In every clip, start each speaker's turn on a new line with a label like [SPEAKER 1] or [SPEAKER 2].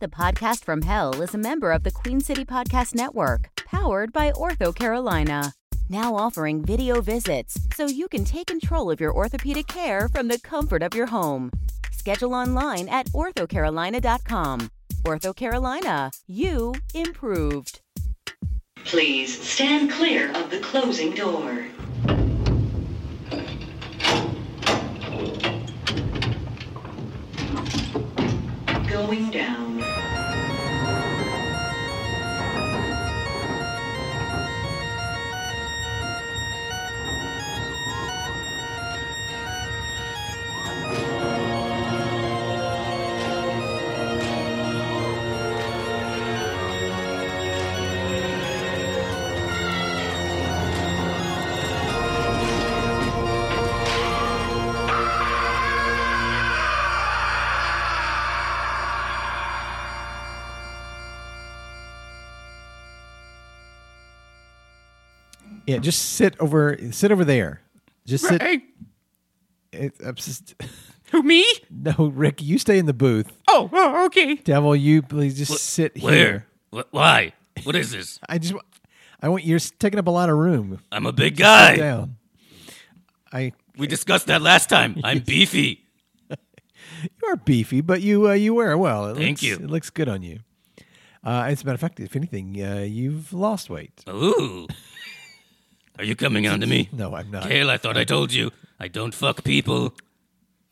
[SPEAKER 1] The Podcast from Hell is a member of the Queen City Podcast Network, powered by Ortho Carolina. Now offering video visits so you can take control of your orthopedic care from the comfort of your home. Schedule online at orthocarolina.com. Ortho Carolina, you improved.
[SPEAKER 2] Please stand clear of the closing door. Going down.
[SPEAKER 3] Yeah, just sit over, sit over there. Just sit.
[SPEAKER 4] Hey,
[SPEAKER 3] It, I'm just,
[SPEAKER 4] who me?
[SPEAKER 3] no, Rick, you stay in the booth.
[SPEAKER 4] Oh, oh, okay.
[SPEAKER 3] Devil, you please just sit here.
[SPEAKER 5] Where? Wh- Why? What is this?
[SPEAKER 3] I just, wa- I want you're taking up a lot of room.
[SPEAKER 5] I'm a big
[SPEAKER 3] Sit
[SPEAKER 5] guy.
[SPEAKER 3] down. I,
[SPEAKER 5] We discussed that last time. I'm beefy.
[SPEAKER 3] you are beefy, but you uh, you wear it well. It
[SPEAKER 5] Thank
[SPEAKER 3] looks,
[SPEAKER 5] you.
[SPEAKER 3] It looks good on you. Uh, as a matter of fact, if anything, uh, you've lost weight.
[SPEAKER 5] Ooh. Are you coming on to me?
[SPEAKER 3] No, I'm not.
[SPEAKER 5] Kale, I thought I told you. I don't fuck people.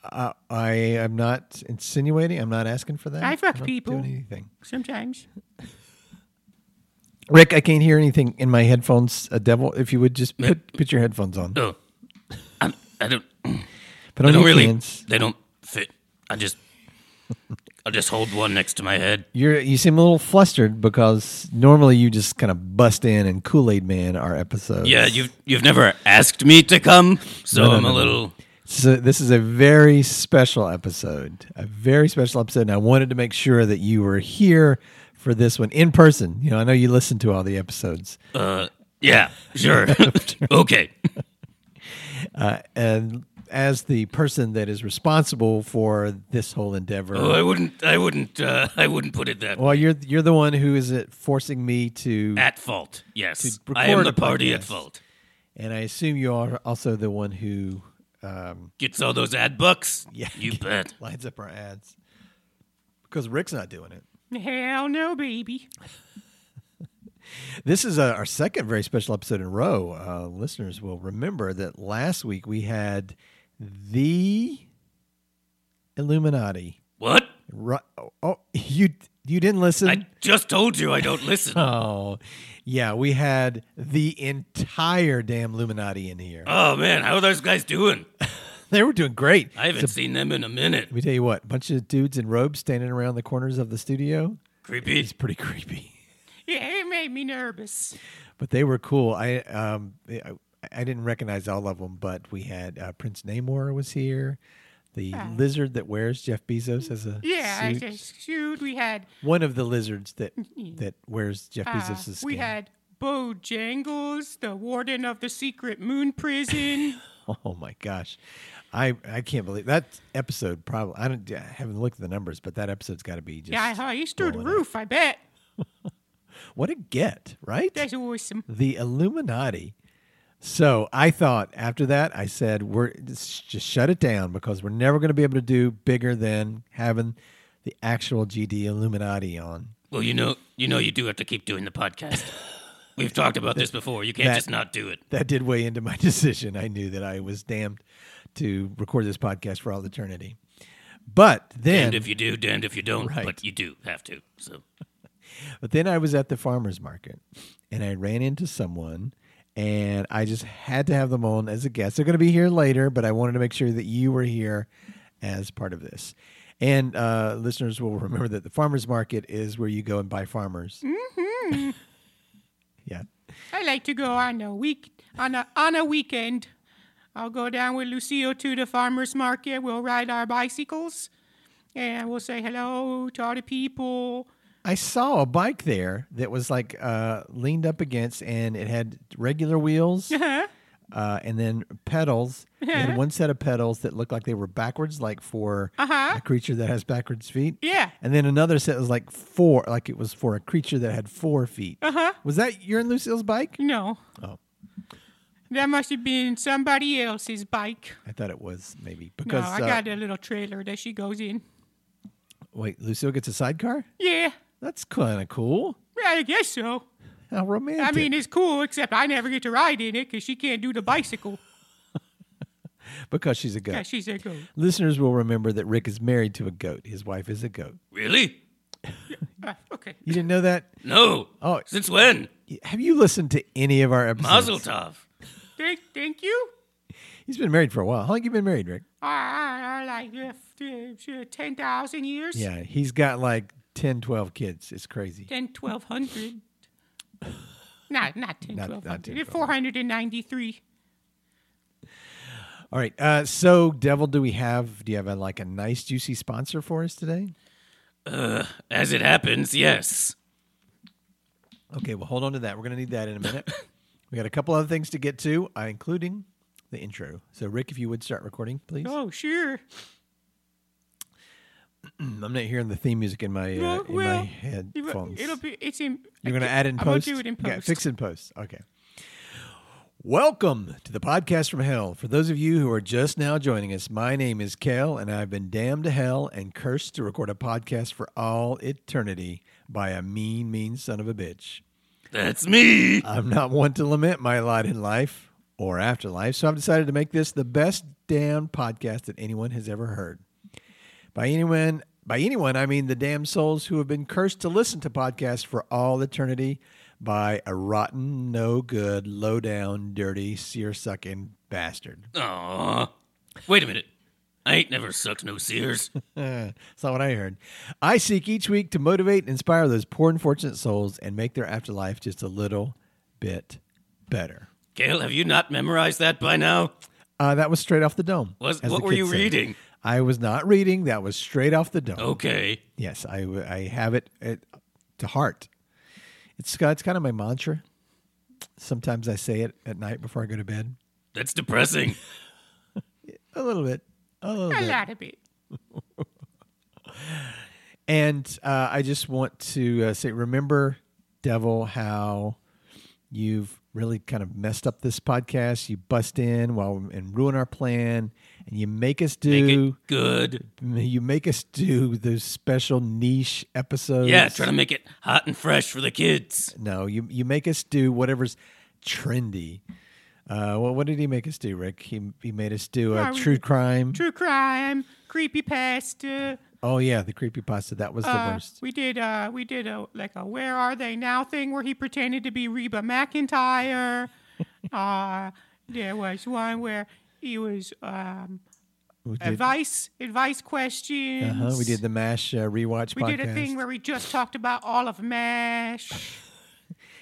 [SPEAKER 3] I am not insinuating. I'm not asking for that.
[SPEAKER 4] I fuck
[SPEAKER 3] I'm not
[SPEAKER 4] people.
[SPEAKER 3] Doing anything.
[SPEAKER 4] Sometimes.
[SPEAKER 3] Rick, I can't hear anything in my headphones. A devil, if you would just
[SPEAKER 5] Ma-
[SPEAKER 3] put, put your headphones on.
[SPEAKER 5] Oh. I'm, I don't.
[SPEAKER 3] Put
[SPEAKER 5] They
[SPEAKER 3] on
[SPEAKER 5] don't
[SPEAKER 3] your
[SPEAKER 5] really.
[SPEAKER 3] cans.
[SPEAKER 5] They don't fit. I just. I'll just hold one next to my head.
[SPEAKER 3] You're you seem a little flustered because normally you just kind of bust in and Kool Aid Man our episodes.
[SPEAKER 5] Yeah, you've you've never asked me to come, so
[SPEAKER 3] No, no,
[SPEAKER 5] I'm
[SPEAKER 3] no,
[SPEAKER 5] a
[SPEAKER 3] no.
[SPEAKER 5] little.
[SPEAKER 3] So this is a very special episode, a very special episode, and I wanted to make sure that you were here for this one in person. You know, I know you listen to all the episodes,
[SPEAKER 5] Yeah, sure. okay.
[SPEAKER 3] uh, and as the person that is responsible for this whole endeavor,
[SPEAKER 5] Oh, I wouldn't. I wouldn't. Uh, I wouldn't put it that way.
[SPEAKER 3] well, you're you're the one who is it forcing me to,
[SPEAKER 5] At fault. Yes,
[SPEAKER 3] To
[SPEAKER 5] I am
[SPEAKER 3] record
[SPEAKER 5] the
[SPEAKER 3] a
[SPEAKER 5] party at
[SPEAKER 3] podcast.
[SPEAKER 5] fault.
[SPEAKER 3] and I assume you are also the one who
[SPEAKER 5] Gets all those ad bucks.
[SPEAKER 3] Yeah.
[SPEAKER 5] you bet.
[SPEAKER 3] lines up our ads because Rick's not doing it.
[SPEAKER 4] Hell no, baby.
[SPEAKER 3] This is uh our second very special episode in a row. Uh, listeners will remember that last week we had the Illuminati.
[SPEAKER 5] What?
[SPEAKER 3] Ru- Oh, you you didn't listen.
[SPEAKER 5] I just told you I don't listen.
[SPEAKER 3] oh, yeah, we had the entire damn Illuminati in here.
[SPEAKER 5] oh man, how are those guys doing?
[SPEAKER 3] they were doing great.
[SPEAKER 5] I haven't seen them in a minute.
[SPEAKER 3] Let me tell you what, bunch of dudes in robes standing around the corners of the studio.
[SPEAKER 5] Creepy.
[SPEAKER 3] It's pretty creepy.
[SPEAKER 4] Yeah, it made me nervous.
[SPEAKER 3] but they were cool. I um I, I didn't recognize all of them, but we had uh, Prince Namor was here, the lizard that wears Jeff Bezos as a
[SPEAKER 4] Yeah, I
[SPEAKER 3] suit.
[SPEAKER 4] just shoot. We had
[SPEAKER 3] one of the lizards that that wears Jeff
[SPEAKER 4] uh,
[SPEAKER 3] Bezos' skin.
[SPEAKER 4] we had Bojangles, the warden of the secret moon prison.
[SPEAKER 3] oh my gosh, I I can't believe that episode. Probably I don't I haven't looked at the numbers, but that episode's got to be just
[SPEAKER 4] yeah, I he's through the
[SPEAKER 3] blowing up.
[SPEAKER 4] roof. I bet
[SPEAKER 3] What a get, right?
[SPEAKER 4] that's awesome.
[SPEAKER 3] the Illuminati. So I thought after that, I said, we're just just shut it down because we're never going to be able to do bigger than having the actual GD Illuminati on.
[SPEAKER 5] Well, you know, you know, you do have to keep doing the podcast. We've talked about this before. You can't
[SPEAKER 3] That-
[SPEAKER 5] just not do it.
[SPEAKER 3] That did weigh into my decision. I knew that I was damned to record this podcast for all eternity. But then,
[SPEAKER 5] Damned if you do, damned if you don't.
[SPEAKER 3] Right.
[SPEAKER 5] But you do have to. So
[SPEAKER 3] but then I was at the farmer's market and I ran into someone and I just had to have them on as a guest. They're going to be here later, but I wanted to make sure that you were here as part of this. And uh, listeners will remember that the farmer's market is where you go and buy farmers. Mm-hmm. yeah.
[SPEAKER 4] I like to go on a week on a on a weekend. I'll go down with Lucio to the farmers market. We'll ride our bicycles, and we'll say hello to all the people.
[SPEAKER 3] I saw a bike there that was like uh, leaned up against and it had regular wheels.
[SPEAKER 4] Huh?
[SPEAKER 3] uh, and then pedals,
[SPEAKER 4] Uh-huh.
[SPEAKER 3] and one set of pedals that looked like they were backwards, like for
[SPEAKER 4] Uh-huh.
[SPEAKER 3] a creature that has backwards feet.
[SPEAKER 4] Yeah.
[SPEAKER 3] And then another set was like four, like it was for a creature that had four feet. Uh-huh. Was that your and Lucille's bike?
[SPEAKER 4] No.
[SPEAKER 3] Oh.
[SPEAKER 4] That must have been somebody else's bike.
[SPEAKER 3] I thought it was maybe
[SPEAKER 4] No,
[SPEAKER 3] because
[SPEAKER 4] I
[SPEAKER 3] uh,
[SPEAKER 4] got a little trailer that she goes in.
[SPEAKER 3] wait, Lucille gets a sidecar.
[SPEAKER 4] Yeah,
[SPEAKER 3] That's kind of cool.
[SPEAKER 4] I guess so.
[SPEAKER 3] How romantic.
[SPEAKER 4] I mean, it's cool, except I never get to ride in it because she can't do the bicycle.
[SPEAKER 3] because she's a goat.
[SPEAKER 4] Yeah, she's a goat.
[SPEAKER 3] Listeners will remember that Rick is married to a goat. His wife is a goat.
[SPEAKER 5] Really?
[SPEAKER 4] Uh, okay.
[SPEAKER 3] You didn't know that?
[SPEAKER 5] No.
[SPEAKER 3] Oh.
[SPEAKER 5] Since when?
[SPEAKER 3] Have you listened to any of our episodes?
[SPEAKER 5] Mazel tov.
[SPEAKER 4] Thank, thank you.
[SPEAKER 3] He's been married for a while. How long you been married, Rick?
[SPEAKER 4] I, I, I like uh, f- uh, 10,000 years.
[SPEAKER 3] Yeah, he's got like 10, 12 kids. It's crazy.
[SPEAKER 4] Then 1,200. not, not 10,
[SPEAKER 3] Not- not 10,
[SPEAKER 4] 1,200. 493.
[SPEAKER 3] All right. Uh, so, Devil, do we have? Do you have a, like a nice, juicy sponsor for us today?
[SPEAKER 5] As it happens, yes.
[SPEAKER 3] Okay. Well, hold on to that. We're gonna need that in a minute. we got a couple other things to get to, uh, including the intro. So, Rick, if you would start recording, please.
[SPEAKER 4] Oh, sure.
[SPEAKER 3] I'm not hearing the theme music in my uh,
[SPEAKER 4] Well,
[SPEAKER 3] in my
[SPEAKER 4] well,
[SPEAKER 3] headphones.
[SPEAKER 4] It'll be, it's in.
[SPEAKER 3] You're going to add in
[SPEAKER 4] I'm
[SPEAKER 3] post.
[SPEAKER 4] gonna do it in post.
[SPEAKER 3] Yeah, fix in post. Okay. Welcome to the podcast from hell. For those of you who are just now joining us, my name is Kel, and I've been damned to hell and cursed to record a podcast for all eternity by a mean, mean son of a bitch.
[SPEAKER 5] That's me.
[SPEAKER 3] I'm not one to lament my lot in life or afterlife, so I've decided to make this the best damn podcast that anyone has ever heard. By anyone, by anyone, I mean the damn souls who have been cursed to listen to podcasts for all eternity by a rotten, no good, low down, dirty, seersucking bastard.
[SPEAKER 5] Aw. Wait a minute. I ain't never sucked no sears.
[SPEAKER 3] That's not what I heard. I seek each week to motivate and inspire those poor, unfortunate souls and make their afterlife just a little bit better.
[SPEAKER 5] Gail, have you not memorized that by now?
[SPEAKER 3] Uh, that was straight off the dome.
[SPEAKER 5] Was-
[SPEAKER 3] as
[SPEAKER 5] what
[SPEAKER 3] the
[SPEAKER 5] were
[SPEAKER 3] kids
[SPEAKER 5] you reading? Oh.
[SPEAKER 3] I was not reading. That was straight off the dome.
[SPEAKER 5] Okay.
[SPEAKER 3] Yes, I, w- I have it at, to heart. It's, ki- it's kind of my mantra. Sometimes I say it at night before I go to bed.
[SPEAKER 5] That's depressing.
[SPEAKER 3] A little bit. A little
[SPEAKER 4] A
[SPEAKER 3] bit.
[SPEAKER 4] lot of it.
[SPEAKER 3] And uh, I just want to uh, say, remember, Devil, how you've really kind of messed up this podcast. You bust in while and ruin our plan, and you make us
[SPEAKER 5] Make
[SPEAKER 3] do.
[SPEAKER 5] it good.
[SPEAKER 3] You make us do those special niche episodes.
[SPEAKER 5] Yeah, trying to make it hot and fresh for the kids.
[SPEAKER 3] No, you you make us do whatever's trendy. Uh, well, what did he make us do, Rick? He he made us do a
[SPEAKER 4] Yeah, we
[SPEAKER 3] true
[SPEAKER 4] did
[SPEAKER 3] crime.
[SPEAKER 4] True crime, creepy pasta.
[SPEAKER 3] Oh yeah, the creepy pasta. That was the
[SPEAKER 4] Uh,
[SPEAKER 3] worst.
[SPEAKER 4] We did uh we did a like a where are they now thing where he pretended to be Reba McIntyre. uh there was one where he was um
[SPEAKER 3] We did,
[SPEAKER 4] advice advice questions.
[SPEAKER 3] uh-huh, we did the Mash uh, rewatch
[SPEAKER 4] We
[SPEAKER 3] podcast.
[SPEAKER 4] did a thing where we just talked about all of MASH.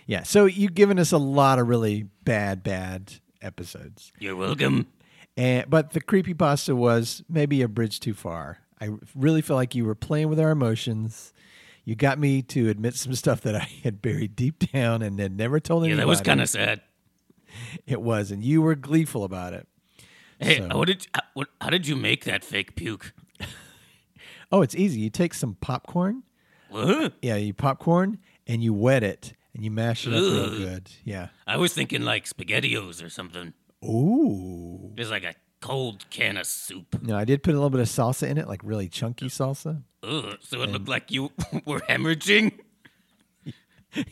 [SPEAKER 3] yeah, so you've given us a lot of really bad, bad episodes.
[SPEAKER 5] You're welcome.
[SPEAKER 3] And but the creepy pasta was maybe a bridge too far. I really feel like you were playing with our emotions. You got me to admit some stuff that I had buried deep down and had never told
[SPEAKER 5] Yeah,
[SPEAKER 3] anybody.
[SPEAKER 5] that was kind of sad.
[SPEAKER 3] it was, and you were gleeful about it.
[SPEAKER 5] Hey, what did how, what, how did you make that fake puke?
[SPEAKER 3] Oh, it's easy. You take some popcorn.
[SPEAKER 5] Huh?
[SPEAKER 3] Yeah, you popcorn and you wet it and you mash it up real
[SPEAKER 5] Ugh.
[SPEAKER 3] good. Yeah.
[SPEAKER 5] I was thinking like spaghettios or something.
[SPEAKER 3] Ooh.
[SPEAKER 5] Just like a cold can of soup.
[SPEAKER 3] No, I did put a little bit of salsa in it, like really chunky salsa.
[SPEAKER 5] Ugh, so it looked like you were hemorrhaging.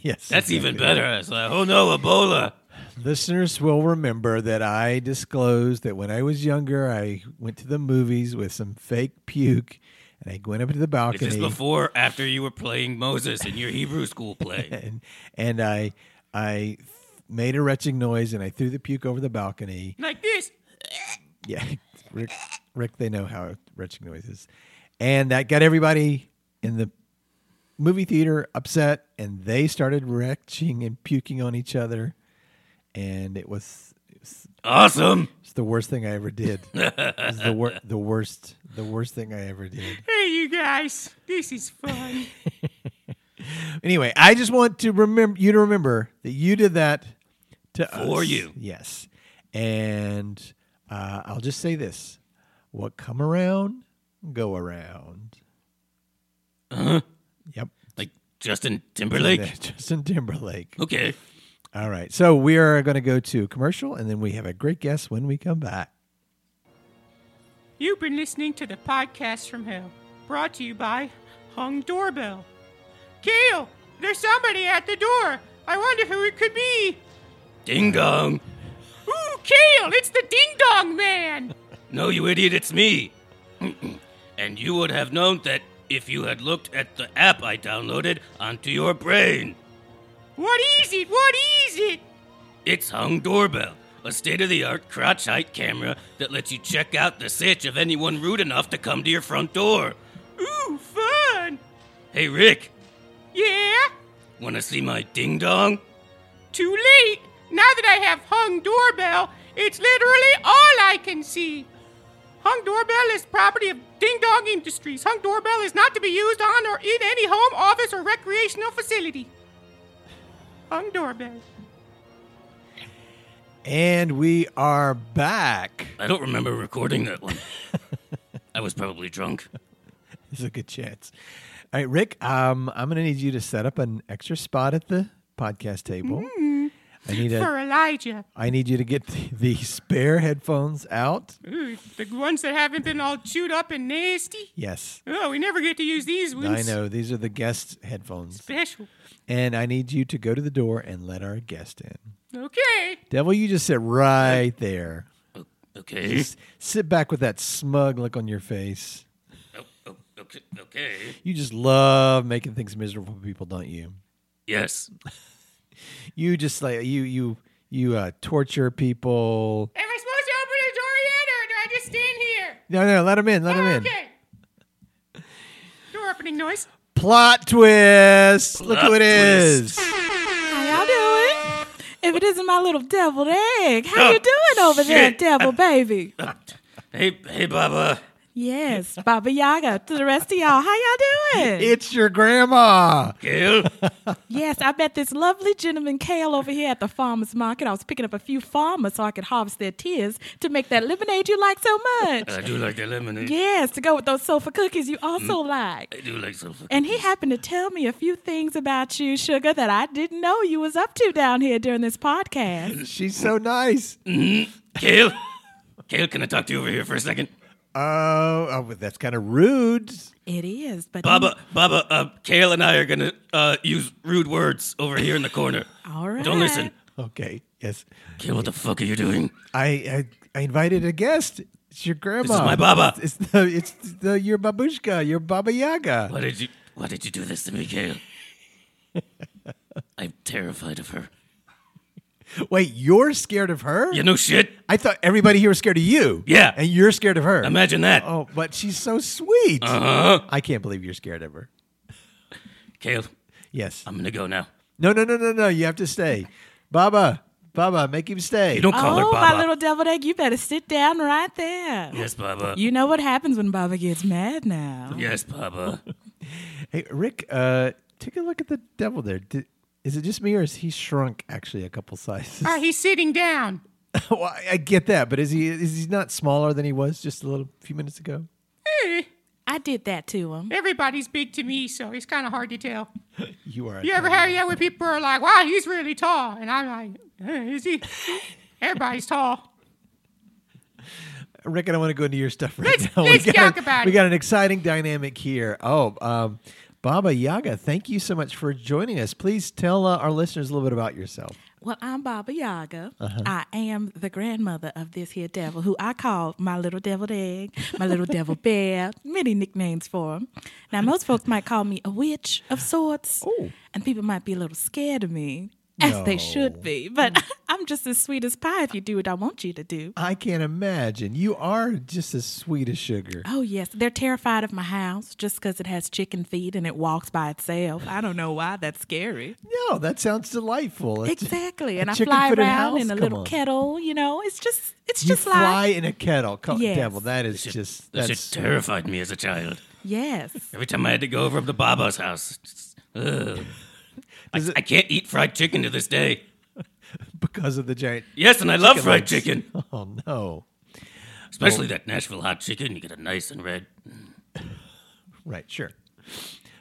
[SPEAKER 3] Yes.
[SPEAKER 5] That's even
[SPEAKER 3] exactly.
[SPEAKER 5] better. I was like, oh no, Ebola.
[SPEAKER 3] Listeners will remember that I disclosed that when I was younger, I went to the movies with some fake puke and I went up to the
[SPEAKER 5] Is this
[SPEAKER 3] balcony
[SPEAKER 5] before, or after you were playing Moses in your Hebrew school play?
[SPEAKER 3] and, and I, I made a retching noise and I threw the puke over the balcony.
[SPEAKER 4] Like this.
[SPEAKER 3] Yeah, Rick, Rick, they know how retching noise is. And that got everybody in the movie theater upset, and they started retching and puking on each other. And it was, it was,
[SPEAKER 5] Awesome.
[SPEAKER 3] it's the worst thing I ever did. it was the, wor- the worst, the worst thing I ever did.
[SPEAKER 4] Hey you guys. This is fun.
[SPEAKER 3] Anyway, I just want to remember you to remember that you did that to
[SPEAKER 5] For
[SPEAKER 3] us.
[SPEAKER 5] you.
[SPEAKER 3] Yes. And uh, I'll just say this what come around, go around. Yep.
[SPEAKER 5] Like Justin Uh-huh. Timberlake?
[SPEAKER 3] Justin Timberlake.
[SPEAKER 5] Okay.
[SPEAKER 3] All right. So we are going to go to commercial and then we have a great guest when we come back.
[SPEAKER 4] You've been listening to the podcast from hell, brought to you by Hung Doorbell. Keel, there's somebody at the door. I wonder who it could be.
[SPEAKER 5] Ding dong.
[SPEAKER 4] Ooh, Keel, it's the Ding Dong Man.
[SPEAKER 5] No, you idiot, it's me. and you would have known that if you had looked at the app I downloaded onto your brain.
[SPEAKER 4] What is it? What is it?
[SPEAKER 5] It's Hung Doorbell, a state of the art crotch height camera that lets you check out the sitch of anyone rude enough to come to your front door.
[SPEAKER 4] Ooh, fun.
[SPEAKER 5] Hey, Rick,
[SPEAKER 4] Yeah?
[SPEAKER 5] wanna see my ding dong?
[SPEAKER 4] Too late. Now that I have Hung Doorbell, it's literally all I can see. Hung Doorbell is property of Ding Dong Industries. Hung Doorbell is not to be used on or in any home, office, or recreational facility. Hung Doorbell.
[SPEAKER 3] And we are back.
[SPEAKER 5] I don't remember recording that one. I was probably drunk.
[SPEAKER 3] This is a good chance. All right, Rick, um, I'm going to need you to set up an extra spot at the podcast table. I need a,
[SPEAKER 4] For Elijah.
[SPEAKER 3] I need you to get the, the spare headphones out.
[SPEAKER 4] Ooh, the ones that haven't been all chewed up and nasty.
[SPEAKER 3] Yes.
[SPEAKER 4] Oh, we never get to use these ones.
[SPEAKER 3] I know these are the guest headphones.
[SPEAKER 4] Special.
[SPEAKER 3] And I need you to go to the door and let our guest in.
[SPEAKER 4] Okay.
[SPEAKER 3] Devil, you just sit right there.
[SPEAKER 5] Okay.
[SPEAKER 3] Just sit back with that smug look on your face.
[SPEAKER 5] Oh, oh, okay. Okay.
[SPEAKER 3] You just love making things miserable for people, don't you?
[SPEAKER 5] Yes.
[SPEAKER 3] You just like you you you uh, torture people.
[SPEAKER 4] Am I supposed to open the door yet, or do I just stand here?
[SPEAKER 3] No, no, let him in. Let him in.
[SPEAKER 4] Okay. Door opening noise.
[SPEAKER 3] Plot twist. Look who
[SPEAKER 5] Plot
[SPEAKER 3] it is.
[SPEAKER 6] How y'all doing? If it isn't my little deviled egg, how you doing over there,
[SPEAKER 5] Oh, shit.
[SPEAKER 6] devil baby?
[SPEAKER 5] Hey, hey, Baba.
[SPEAKER 6] Yes, Baba Yaga. To the rest of y'all, how y'all doing?
[SPEAKER 3] It's your grandma.
[SPEAKER 5] Gail.
[SPEAKER 6] yes, I met this lovely gentleman Kale over here at the farmers market. I was picking up a few farmers so I could harvest their tears to make that lemonade you like so much.
[SPEAKER 5] I do like the lemonade.
[SPEAKER 6] Yes, to go with those sofa cookies you also
[SPEAKER 5] Mm.
[SPEAKER 6] like.
[SPEAKER 5] I do like sulfur.
[SPEAKER 6] And he happened to tell me a few things about you, Sugar, that I didn't know you was up to down here during this podcast.
[SPEAKER 3] She's so nice.
[SPEAKER 5] Gail. Gail, can I talk to you over here for a second?
[SPEAKER 3] Oh, oh but that's kind of rude.
[SPEAKER 6] It is, but
[SPEAKER 5] Baba, Baba, uh, Kale and I are gonna uh, use rude words over here in the corner.
[SPEAKER 6] All right.
[SPEAKER 5] Don't listen.
[SPEAKER 3] Okay. Yes.
[SPEAKER 5] Kale, what the fuck are you doing?
[SPEAKER 3] I I, I invited a guest. It's your grandma.
[SPEAKER 5] This is my Baba.
[SPEAKER 3] It's the it's the your babushka, your baba yaga.
[SPEAKER 5] Why did you Why did you do this to me, Kale? I'm terrified of her.
[SPEAKER 3] Wait, you're scared of her?
[SPEAKER 5] You know shit.
[SPEAKER 3] I thought everybody here was scared of you.
[SPEAKER 5] Yeah.
[SPEAKER 3] And you're scared of her.
[SPEAKER 5] Imagine that.
[SPEAKER 3] oh, but she's so sweet.
[SPEAKER 5] Uh-huh.
[SPEAKER 3] I can't believe you're scared of her.
[SPEAKER 5] Kale,
[SPEAKER 3] Yes.
[SPEAKER 5] I'm gonna go now.
[SPEAKER 3] No, no, no, no, no. You have to stay. Baba, Baba, make him stay.
[SPEAKER 5] You don't call her
[SPEAKER 6] oh,
[SPEAKER 5] Baba.
[SPEAKER 6] my little deviled egg, you better sit down right there.
[SPEAKER 5] yes, Baba.
[SPEAKER 6] You know what happens when Baba gets mad now.
[SPEAKER 5] yes, Baba.
[SPEAKER 3] Hey, Rick, uh, take a look at the devil there. Did, is it just me or is he shrunk actually a couple sizes?
[SPEAKER 4] Ah, he's sitting down.
[SPEAKER 3] well, I, I get that, but is he is he not smaller than he was just a little few minutes ago?
[SPEAKER 4] Eh,
[SPEAKER 6] I did that to him.
[SPEAKER 4] Everybody's big to me, so it's kind of hard to tell.
[SPEAKER 3] You are. a
[SPEAKER 4] You ever
[SPEAKER 3] devil.
[SPEAKER 4] have that where people are like, wow, he's really tall? And I'm like, eh, is he? Everybody's tall.
[SPEAKER 3] Rick, I don't want to go into your stuff right
[SPEAKER 4] Let's-
[SPEAKER 3] now.
[SPEAKER 4] let's
[SPEAKER 3] we got
[SPEAKER 4] talk
[SPEAKER 3] a-
[SPEAKER 4] about
[SPEAKER 3] We
[SPEAKER 4] it.
[SPEAKER 3] got an exciting dynamic here. Oh, um, Baba Yaga, thank you so much for joining us. Please tell uh, our listeners a little bit about yourself.
[SPEAKER 6] Well, I'm Baba Yaga. I am the grandmother of this here devil, who I call my little deviled egg, my little devil bear, many nicknames for him. Now, most folks might call me a witch of sorts, and people might be a little scared of me, as they should be. But I'm just as sweet as pie if you do what I want you to do.
[SPEAKER 3] I can't imagine. You are just as sweet as sugar.
[SPEAKER 6] Oh, yes. They're terrified of my house just because it has chicken feet and it walks by itself. I don't know why that's scary.
[SPEAKER 3] No, that sounds delightful. It's-
[SPEAKER 6] Exactly. And I
[SPEAKER 3] chicken
[SPEAKER 6] fly
[SPEAKER 3] foot in a
[SPEAKER 6] around in
[SPEAKER 3] house?
[SPEAKER 6] a
[SPEAKER 3] Come
[SPEAKER 6] little
[SPEAKER 3] on.
[SPEAKER 6] kettle, you know. It's just it's
[SPEAKER 3] You
[SPEAKER 6] just
[SPEAKER 3] fly
[SPEAKER 6] like
[SPEAKER 3] in a kettle. Come,
[SPEAKER 6] Yes.
[SPEAKER 3] Devil, that is just
[SPEAKER 5] That shit
[SPEAKER 3] that's
[SPEAKER 5] terrified me as a child.
[SPEAKER 6] Yes.
[SPEAKER 5] Every time I had to go over to Baba's house, just, ugh. I,
[SPEAKER 3] Does it-
[SPEAKER 5] I can't eat fried chicken to this day.
[SPEAKER 3] because of the giant.
[SPEAKER 5] Yes, and I love
[SPEAKER 3] chicken
[SPEAKER 5] fried
[SPEAKER 3] legs.
[SPEAKER 5] chicken,
[SPEAKER 3] Oh no!
[SPEAKER 5] especially that Nashville hot chicken. You get it nice and red.
[SPEAKER 3] Right, sure.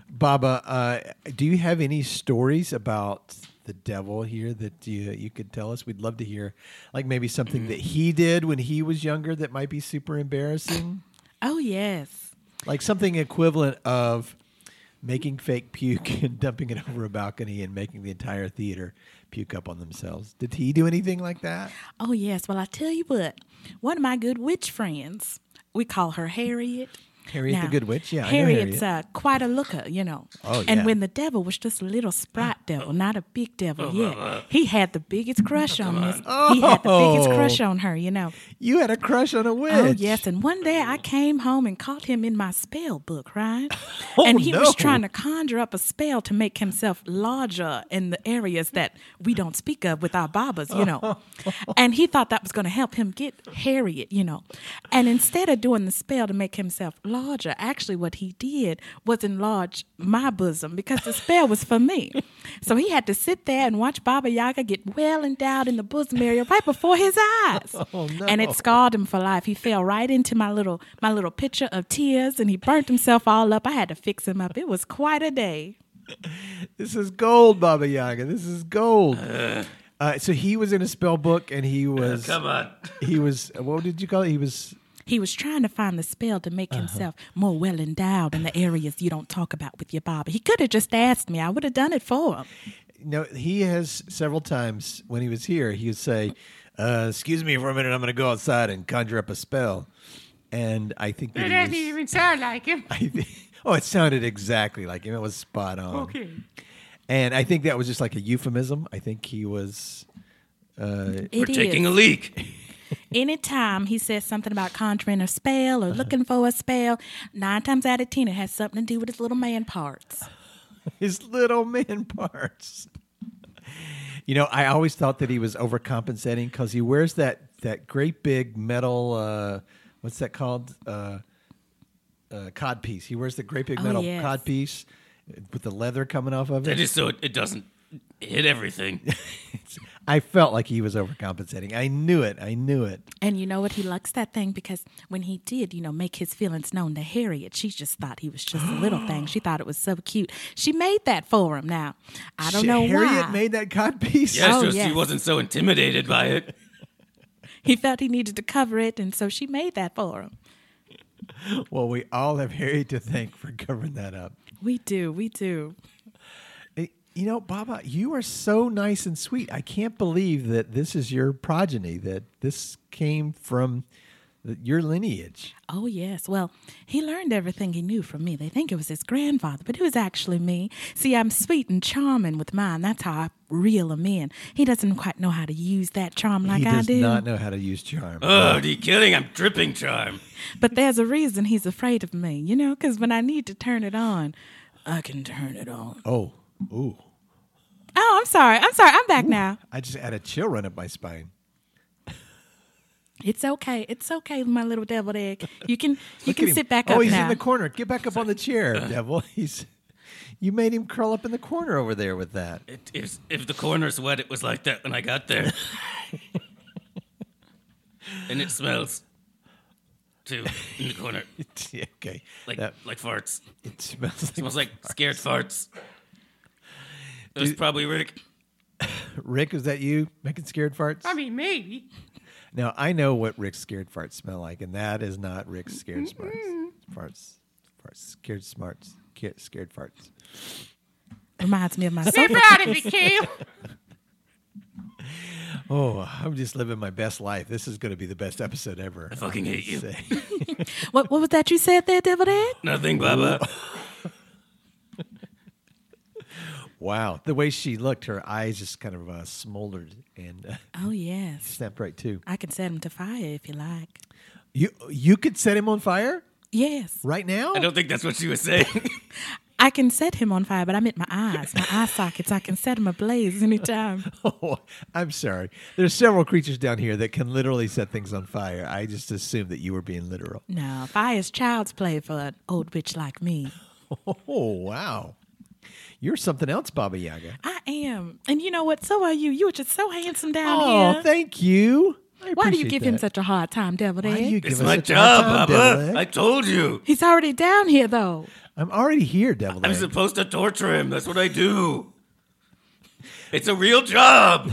[SPEAKER 3] Baba, uh, do you have any stories about the devil here that you you could tell us? We'd love to hear, like maybe something that he did when he was younger that might be super embarrassing,
[SPEAKER 6] Oh, yes.
[SPEAKER 3] like something equivalent of making fake puke and dumping it over a balcony and making the entire theater puke up on themselves. Did he do anything like that?
[SPEAKER 6] Oh, yes. Well, I tell you what, one of my good witch friends, we call her Harriet.
[SPEAKER 3] Harriet the Good Witch, yeah, I know
[SPEAKER 6] Harriet's Uh, quite a looker, you know.
[SPEAKER 3] Oh, yeah.
[SPEAKER 6] And when the devil was just a little sprite devil, not a big devil yet, he had the biggest crush on this. He had the biggest crush
[SPEAKER 3] Oh.
[SPEAKER 6] on her, you know.
[SPEAKER 3] You had a crush on a witch.
[SPEAKER 6] Oh yes, and one day I came home and caught him in my spell book, right? and he
[SPEAKER 3] no.
[SPEAKER 6] was trying to conjure up a spell to make himself larger in the areas that we don't speak of with our babas, you know. and he thought that was going to help him get Harriet, you know. And instead of doing the spell to make himself larger, actually what he did was enlarge my bosom because the spell was for me. So he had to sit there and watch Baba Yaga get well endowed in the bosom area right before his eyes. And it scarred him for life. He fell right into my little my little pitcher of tears and he burnt himself all up. I had to fix him up. It was quite a day.
[SPEAKER 3] This is gold, Baba Yaga. This is gold. Uh, so he was in a spell book, and he was
[SPEAKER 5] Come on.
[SPEAKER 3] he was what did you call it? He was
[SPEAKER 6] He was trying to find the spell to make
[SPEAKER 5] Uh-huh.
[SPEAKER 6] himself more well endowed in the areas you don't talk about with your Baba. He could have just asked me. I would have done it for him.
[SPEAKER 3] no. He has several times when he was here, he would say, uh, "Excuse me for a minute, I'm going to go outside and conjure up a spell." And I think
[SPEAKER 4] That
[SPEAKER 3] that
[SPEAKER 4] doesn't
[SPEAKER 3] he was,
[SPEAKER 4] even sound like him.
[SPEAKER 3] I think, oh, it sounded exactly like him. It was spot on.
[SPEAKER 4] Okay.
[SPEAKER 3] And I think that was just like a euphemism. I think he was
[SPEAKER 5] We're
[SPEAKER 6] It is.
[SPEAKER 5] taking a leak.
[SPEAKER 6] Anytime he says something about conjuring a spell or
[SPEAKER 5] Uh-huh.
[SPEAKER 6] looking for a spell, nine times out of ten it has something to do with his little man parts.
[SPEAKER 3] his little man parts. You know, I always thought that he was overcompensating because he wears that that great big metal. Uh, what's that called? Uh, uh, cod piece. He wears the great big
[SPEAKER 6] Oh,
[SPEAKER 3] metal
[SPEAKER 6] yes.
[SPEAKER 3] cod piece with the leather coming off of
[SPEAKER 5] That
[SPEAKER 3] it.
[SPEAKER 5] is so it, it doesn't hit everything.
[SPEAKER 3] I felt like he was overcompensating. I knew it. I knew it.
[SPEAKER 6] And you know what? He likes that thing because when he did, you know, make his feelings known to Harriet, she just thought he was just a little thing. She thought it was so cute. She made that for him. Now, I don't
[SPEAKER 3] Shit,
[SPEAKER 6] know
[SPEAKER 3] Harriet
[SPEAKER 6] why.
[SPEAKER 3] made that cod piece.
[SPEAKER 5] Yeah,
[SPEAKER 6] Oh,
[SPEAKER 5] just
[SPEAKER 6] yes.
[SPEAKER 5] she wasn't so intimidated by it.
[SPEAKER 6] he felt he needed to cover it, and so she made that for him.
[SPEAKER 3] Well, we all have Harriet to thank for covering that up.
[SPEAKER 6] We do, we do.
[SPEAKER 3] Eh, You know, Baba, you are so nice and sweet. I can't believe that this is your progeny, that this came from the, your lineage.
[SPEAKER 6] Oh, yes. Well, he learned everything he knew from me. They think it was his grandfather, but it was actually me. See, I'm sweet and charming with mine. That's how I reel him in. He doesn't quite know how to use that charm like
[SPEAKER 3] he
[SPEAKER 6] I
[SPEAKER 3] does
[SPEAKER 6] do.
[SPEAKER 3] not know how to use charm.
[SPEAKER 5] Oh, are you kidding? I'm dripping charm.
[SPEAKER 6] But there's a reason he's afraid of me, you know, because when I need to turn it on, I can turn it on.
[SPEAKER 3] oh, ooh.
[SPEAKER 6] Oh, I'm sorry. I'm sorry. I'm back now.
[SPEAKER 3] I just had a chill run up my spine.
[SPEAKER 6] It's okay. It's okay, my little deviled egg. You can you
[SPEAKER 3] Look at
[SPEAKER 6] can
[SPEAKER 3] him.
[SPEAKER 6] sit back
[SPEAKER 3] oh,
[SPEAKER 6] up
[SPEAKER 3] he's
[SPEAKER 6] now.
[SPEAKER 3] in the corner. Get back up on the chair, devil. He's you made him curl up in the corner over there with that.
[SPEAKER 5] It, if, if the corner's wet, it was like that when I got there. and it smells too in the corner,
[SPEAKER 3] Yeah, okay.
[SPEAKER 5] like
[SPEAKER 3] That-
[SPEAKER 5] like farts.
[SPEAKER 3] it smells like,
[SPEAKER 5] smells like scared farts. It was probably Rick.
[SPEAKER 3] Rick, is that you making scared farts?
[SPEAKER 4] I mean, maybe.
[SPEAKER 3] Now I know what Rick's scared farts smell like, and that is not Rick's scared smarts. Farts, farts, scared smarts, scared, scared farts.
[SPEAKER 6] Reminds me of my
[SPEAKER 4] Be
[SPEAKER 6] sofa.
[SPEAKER 4] proud of it, Kale.
[SPEAKER 3] Oh, I'm just living my best life. This is going to be the best episode ever. I
[SPEAKER 5] fucking hate you.
[SPEAKER 6] What, what was that you said there, deviled egg?
[SPEAKER 5] Nothing, Baba.
[SPEAKER 3] Wow, the way she looked, her eyes just kind of uh, smoldered and uh,
[SPEAKER 6] Oh yes,
[SPEAKER 3] snapped right too.
[SPEAKER 6] I can set him to fire if you like.
[SPEAKER 3] You you could set him on fire
[SPEAKER 6] Yes,
[SPEAKER 3] right now.
[SPEAKER 5] I don't think that's what she was saying.
[SPEAKER 6] I can set him on fire, but I meant my eyes, my eye sockets. I can set him ablaze anytime.
[SPEAKER 3] Oh, I'm sorry. There's several creatures down here that can literally set things on fire. I just assumed that you were being literal.
[SPEAKER 6] No, fire's child's play for an old witch like me.
[SPEAKER 3] Oh wow. You're something else, Baba Yaga.
[SPEAKER 6] I am. And you know what? So are you. You were just so handsome down
[SPEAKER 3] Oh,
[SPEAKER 6] here.
[SPEAKER 3] thank you. I
[SPEAKER 6] Why do you
[SPEAKER 3] appreciate
[SPEAKER 6] give him
[SPEAKER 3] that.
[SPEAKER 6] such a hard time, Devil
[SPEAKER 3] Why do
[SPEAKER 6] Egg?
[SPEAKER 3] you give
[SPEAKER 5] It's
[SPEAKER 3] us
[SPEAKER 5] my
[SPEAKER 3] such a hard
[SPEAKER 5] job,
[SPEAKER 3] time, Devil
[SPEAKER 5] Baba.
[SPEAKER 3] Egg?
[SPEAKER 5] I told you.
[SPEAKER 6] He's already down here, though.
[SPEAKER 3] I'm already here, Devil
[SPEAKER 5] I'm
[SPEAKER 3] Egg.
[SPEAKER 5] supposed to torture him. That's what I do. It's a real job.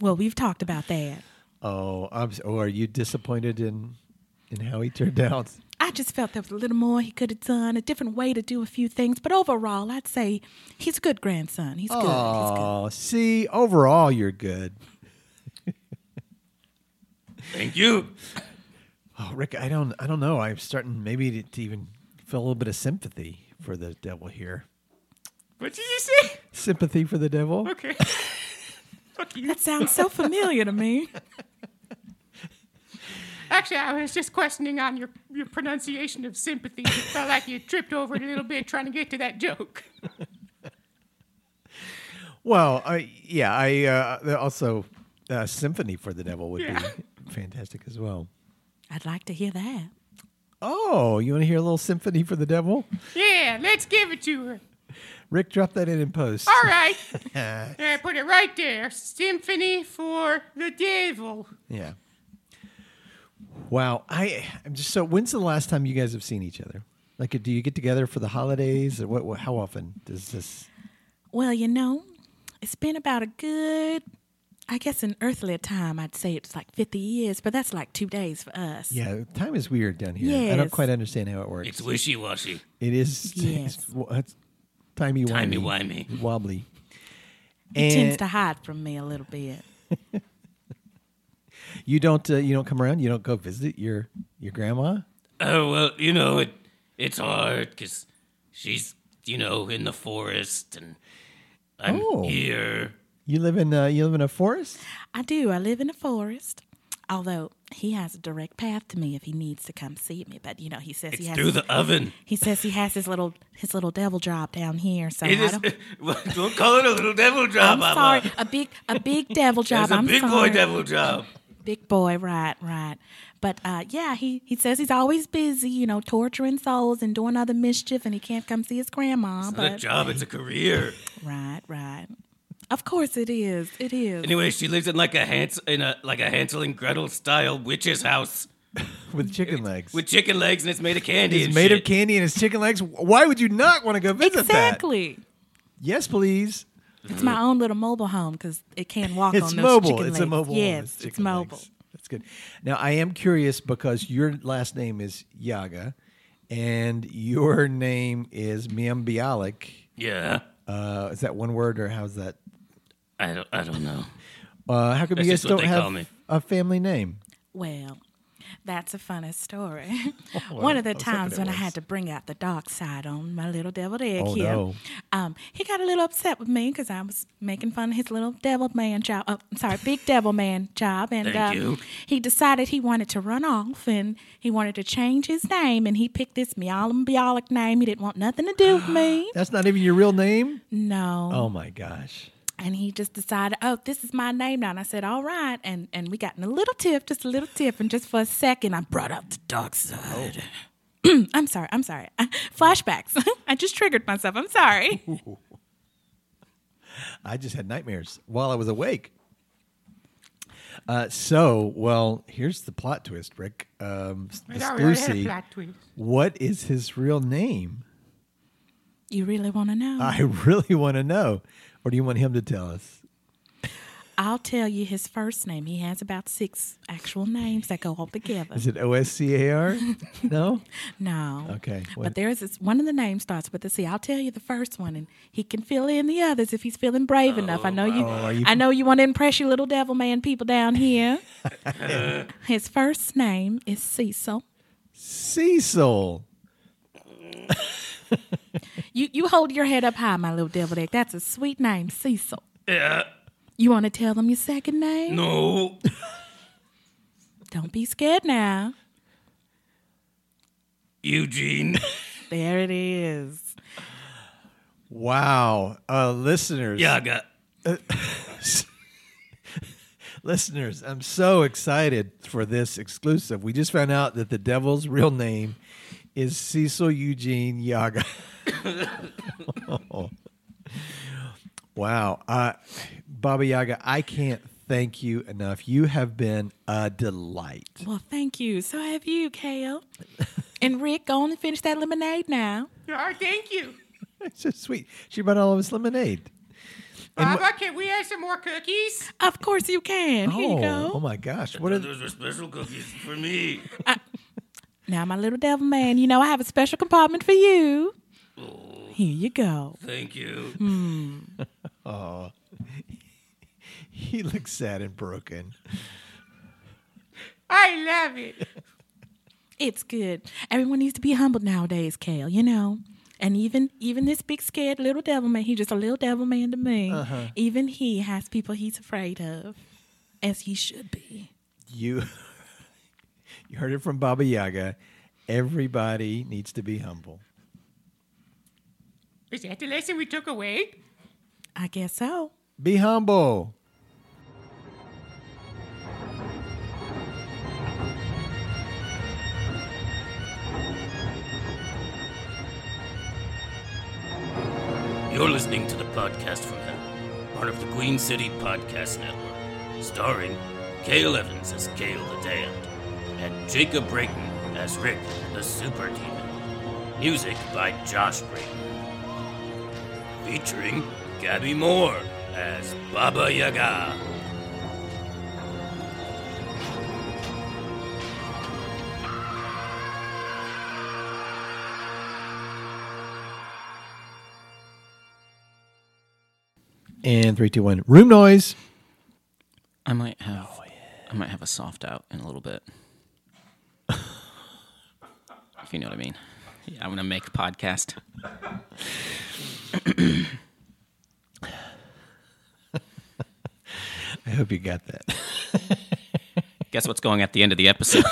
[SPEAKER 6] Well, we've talked about that.
[SPEAKER 3] oh, I'm. s- Oh, are you disappointed in in how he turned out?
[SPEAKER 6] I just felt there was a little more he could have done, a different way to do a few things. But overall, I'd say he's a good grandson. He's good. He's good.
[SPEAKER 3] Oh, see, overall, you're good.
[SPEAKER 5] Thank you.
[SPEAKER 3] Oh, Rick, I don't. I don't know. I'm starting maybe to, to even feel a little bit of sympathy for the devil here.
[SPEAKER 4] What did you say?
[SPEAKER 3] Sympathy for the devil.
[SPEAKER 4] Okay. Fuck you.
[SPEAKER 6] That sounds so familiar to me.
[SPEAKER 4] Actually, I was just questioning on your, your pronunciation of sympathy. It felt like you tripped over it a little bit trying to get to that joke.
[SPEAKER 3] Well, I, yeah, I uh, also uh, symphony for the devil would
[SPEAKER 4] Yeah.
[SPEAKER 3] be fantastic as well.
[SPEAKER 6] I'd like to hear that.
[SPEAKER 3] Oh, you want to hear a little symphony for the devil?
[SPEAKER 4] Yeah, let's give it to her.
[SPEAKER 3] Rick, drop that in in post.
[SPEAKER 4] All right. Yeah, put it right there. Symphony for the Devil.
[SPEAKER 3] Yeah. Wow, I I'm just so. When's the last time you guys have seen each other? Like, do you get together for the holidays, or what? what how often does this?
[SPEAKER 6] Well, you know, it's been about a good, I guess, an earthly time. I'd say it's like 50 years, but that's like two days for us.
[SPEAKER 3] Yeah, time is weird down here. I don't
[SPEAKER 6] Yes.
[SPEAKER 3] quite understand how it works.
[SPEAKER 5] It's wishy washy.
[SPEAKER 3] It is
[SPEAKER 6] Yes.
[SPEAKER 3] it's, wa- it's timey wimey,
[SPEAKER 5] Timey-wimey.
[SPEAKER 3] wobbly.
[SPEAKER 6] He tends
[SPEAKER 3] And
[SPEAKER 6] to hide from me a little bit.
[SPEAKER 3] you don't uh, you don't come around. You don't go visit your your grandma.
[SPEAKER 5] Oh well, you know it. It's hard because she's you know in the forest and I'm
[SPEAKER 3] Oh.
[SPEAKER 5] here.
[SPEAKER 3] You live in uh, you live in a forest.
[SPEAKER 6] I do. I live in a forest. Although he has a direct path to me if he needs to come see me, but you know he says
[SPEAKER 5] It's
[SPEAKER 6] he has
[SPEAKER 5] through the oven.
[SPEAKER 6] he says he has his little his little devil job down here. So
[SPEAKER 5] It
[SPEAKER 6] I
[SPEAKER 5] is.
[SPEAKER 6] don't,
[SPEAKER 5] Don't call it a little devil job,
[SPEAKER 6] I'm sorry,
[SPEAKER 5] Baba.
[SPEAKER 6] a big a big devil job.
[SPEAKER 5] It's a
[SPEAKER 6] I'm
[SPEAKER 5] big
[SPEAKER 6] sorry.
[SPEAKER 5] boy devil job.
[SPEAKER 6] Big boy, right, right. But uh, yeah, he, he says he's always busy, you know, torturing souls and doing other mischief, and he can't come see his grandma.
[SPEAKER 5] It's not a
[SPEAKER 6] but
[SPEAKER 5] job. It's a career.
[SPEAKER 6] right, right. Of course it is. It is.
[SPEAKER 5] Anyway, she lives in like a Hans in a like a Hansel and Gretel style witch's house
[SPEAKER 3] with chicken legs.
[SPEAKER 5] with chicken legs and it's made of candy.
[SPEAKER 3] it's
[SPEAKER 5] and
[SPEAKER 3] made of
[SPEAKER 5] shit.
[SPEAKER 3] candy and it's chicken legs. Why would you not want to go visit that?
[SPEAKER 6] exactly.
[SPEAKER 3] Yes, please.
[SPEAKER 6] It's my own little mobile home because it can walk
[SPEAKER 3] Mm-hmm. It's
[SPEAKER 6] on those
[SPEAKER 3] mobile.
[SPEAKER 6] chicken
[SPEAKER 3] It's a
[SPEAKER 6] legs.
[SPEAKER 3] mobile. one.
[SPEAKER 6] Yes, it's,
[SPEAKER 3] chicken
[SPEAKER 6] mobile.
[SPEAKER 3] legs. That's good. Now I am curious because your last name is Yaga, and your name is Miambialik.
[SPEAKER 5] Yeah,
[SPEAKER 3] Uh, is that one word or how's that?
[SPEAKER 5] I don't. I don't know.
[SPEAKER 3] Uh, how come
[SPEAKER 5] That's
[SPEAKER 3] you guys
[SPEAKER 5] just what
[SPEAKER 3] don't
[SPEAKER 5] they call
[SPEAKER 3] have
[SPEAKER 5] me.
[SPEAKER 3] a family name?
[SPEAKER 6] Well, that's a funny story.
[SPEAKER 3] well,
[SPEAKER 6] One of the
[SPEAKER 3] I was hoping
[SPEAKER 6] times
[SPEAKER 3] it
[SPEAKER 6] when I
[SPEAKER 3] was.
[SPEAKER 6] had to bring out the dark side on my little deviled egg
[SPEAKER 3] Oh,
[SPEAKER 6] here,
[SPEAKER 3] no.
[SPEAKER 6] um, he got a little upset with me because I was making fun of his little devil man job. Oh, I'm sorry, big devil man job, and
[SPEAKER 5] Thank
[SPEAKER 6] uh,
[SPEAKER 5] you.
[SPEAKER 6] he decided he wanted to run off and he wanted to change his name, and he picked this mealambiolic name. He didn't want nothing to do with me.
[SPEAKER 3] That's not even your real name.
[SPEAKER 6] Mm-hmm. No.
[SPEAKER 3] Oh my gosh.
[SPEAKER 6] And he just decided, oh, this is my name now. And I said, all right. And and we got in a little tiff, just a little tiff. And just for a second, I brought up the dark side. I'm sorry. I'm sorry. Flashbacks. I just triggered myself. I'm sorry.
[SPEAKER 3] I just had nightmares while I was awake. Uh, so, well, here's the plot twist, Rick. Um, s-
[SPEAKER 4] Wait,
[SPEAKER 3] this
[SPEAKER 4] I already had a
[SPEAKER 3] Lucy,
[SPEAKER 4] plot twist.
[SPEAKER 3] what is his real name?
[SPEAKER 6] You really want to know?
[SPEAKER 3] I really want to know. Or do you want him to tell us?
[SPEAKER 6] I'll tell you his first name. He has about six actual names that go all together.
[SPEAKER 3] Is it OSCAR? no?
[SPEAKER 6] No.
[SPEAKER 3] Okay, what-
[SPEAKER 6] But there's this one of the names starts with a C. I'll tell you the first one, and he can fill in the others if he's feeling brave enough. I know you,
[SPEAKER 3] oh, you-
[SPEAKER 6] I know you want to impress your little devil man people down here. His first name is Cecil.
[SPEAKER 3] Cecil.
[SPEAKER 6] You you hold your head up high, my little devil dick. That's a sweet name, Cecil. Yeah. You want to tell them your second name?
[SPEAKER 5] No,
[SPEAKER 6] Don't be scared now.
[SPEAKER 5] Eugene.
[SPEAKER 6] There it is.
[SPEAKER 3] Wow. Uh, listeners.
[SPEAKER 5] Yaga.
[SPEAKER 3] Listeners, I'm so excited for this exclusive. We just found out that the devil's real name is Cecil Eugene Yaga. Wow. Uh, Baba Yaga, I can't thank you enough. You have been a delight.
[SPEAKER 6] Well, thank you. So have you, Kale. and Rick, go on and finish that lemonade now.
[SPEAKER 4] Oh, thank you.
[SPEAKER 3] It's so sweet. She brought all of us lemonade.
[SPEAKER 4] Baba, can we have some more cookies?
[SPEAKER 6] Of course you can. Here you
[SPEAKER 3] oh,
[SPEAKER 6] go.
[SPEAKER 3] oh my gosh. What are the,
[SPEAKER 5] Those were special cookies for me.
[SPEAKER 6] Now, my little devil man, you know I have a special compartment for you. Here you go.
[SPEAKER 5] Thank you.
[SPEAKER 3] he looks sad and broken.
[SPEAKER 4] I love it.
[SPEAKER 6] It's good. Everyone needs to be humbled nowadays, Kale, you know. And even even this big scared little devil man, he's just a little devil man to me.
[SPEAKER 3] Uh-huh.
[SPEAKER 6] Even he has people he's afraid of. As he should be.
[SPEAKER 3] You you heard it from Baba Yaga. Everybody needs to be humble.
[SPEAKER 4] Is that the lesson we took away?
[SPEAKER 6] I guess so.
[SPEAKER 3] Be humble.
[SPEAKER 5] You're listening to the podcast from Hell, part of the Queen City Podcast Network, starring Cale Evans as Cale the Damned and Jacob Brayton as Rick the Super Demon. Music by Josh Brayton, featuring Gabby Moore as Baba Yaga.
[SPEAKER 3] And three, two, one. Room noise.
[SPEAKER 7] I might have. I might have a soft out in a little bit. if you know what I mean. Yeah, I'm gonna make a podcast.
[SPEAKER 3] I hope you got that.
[SPEAKER 7] Guess what's going at the end of the episode?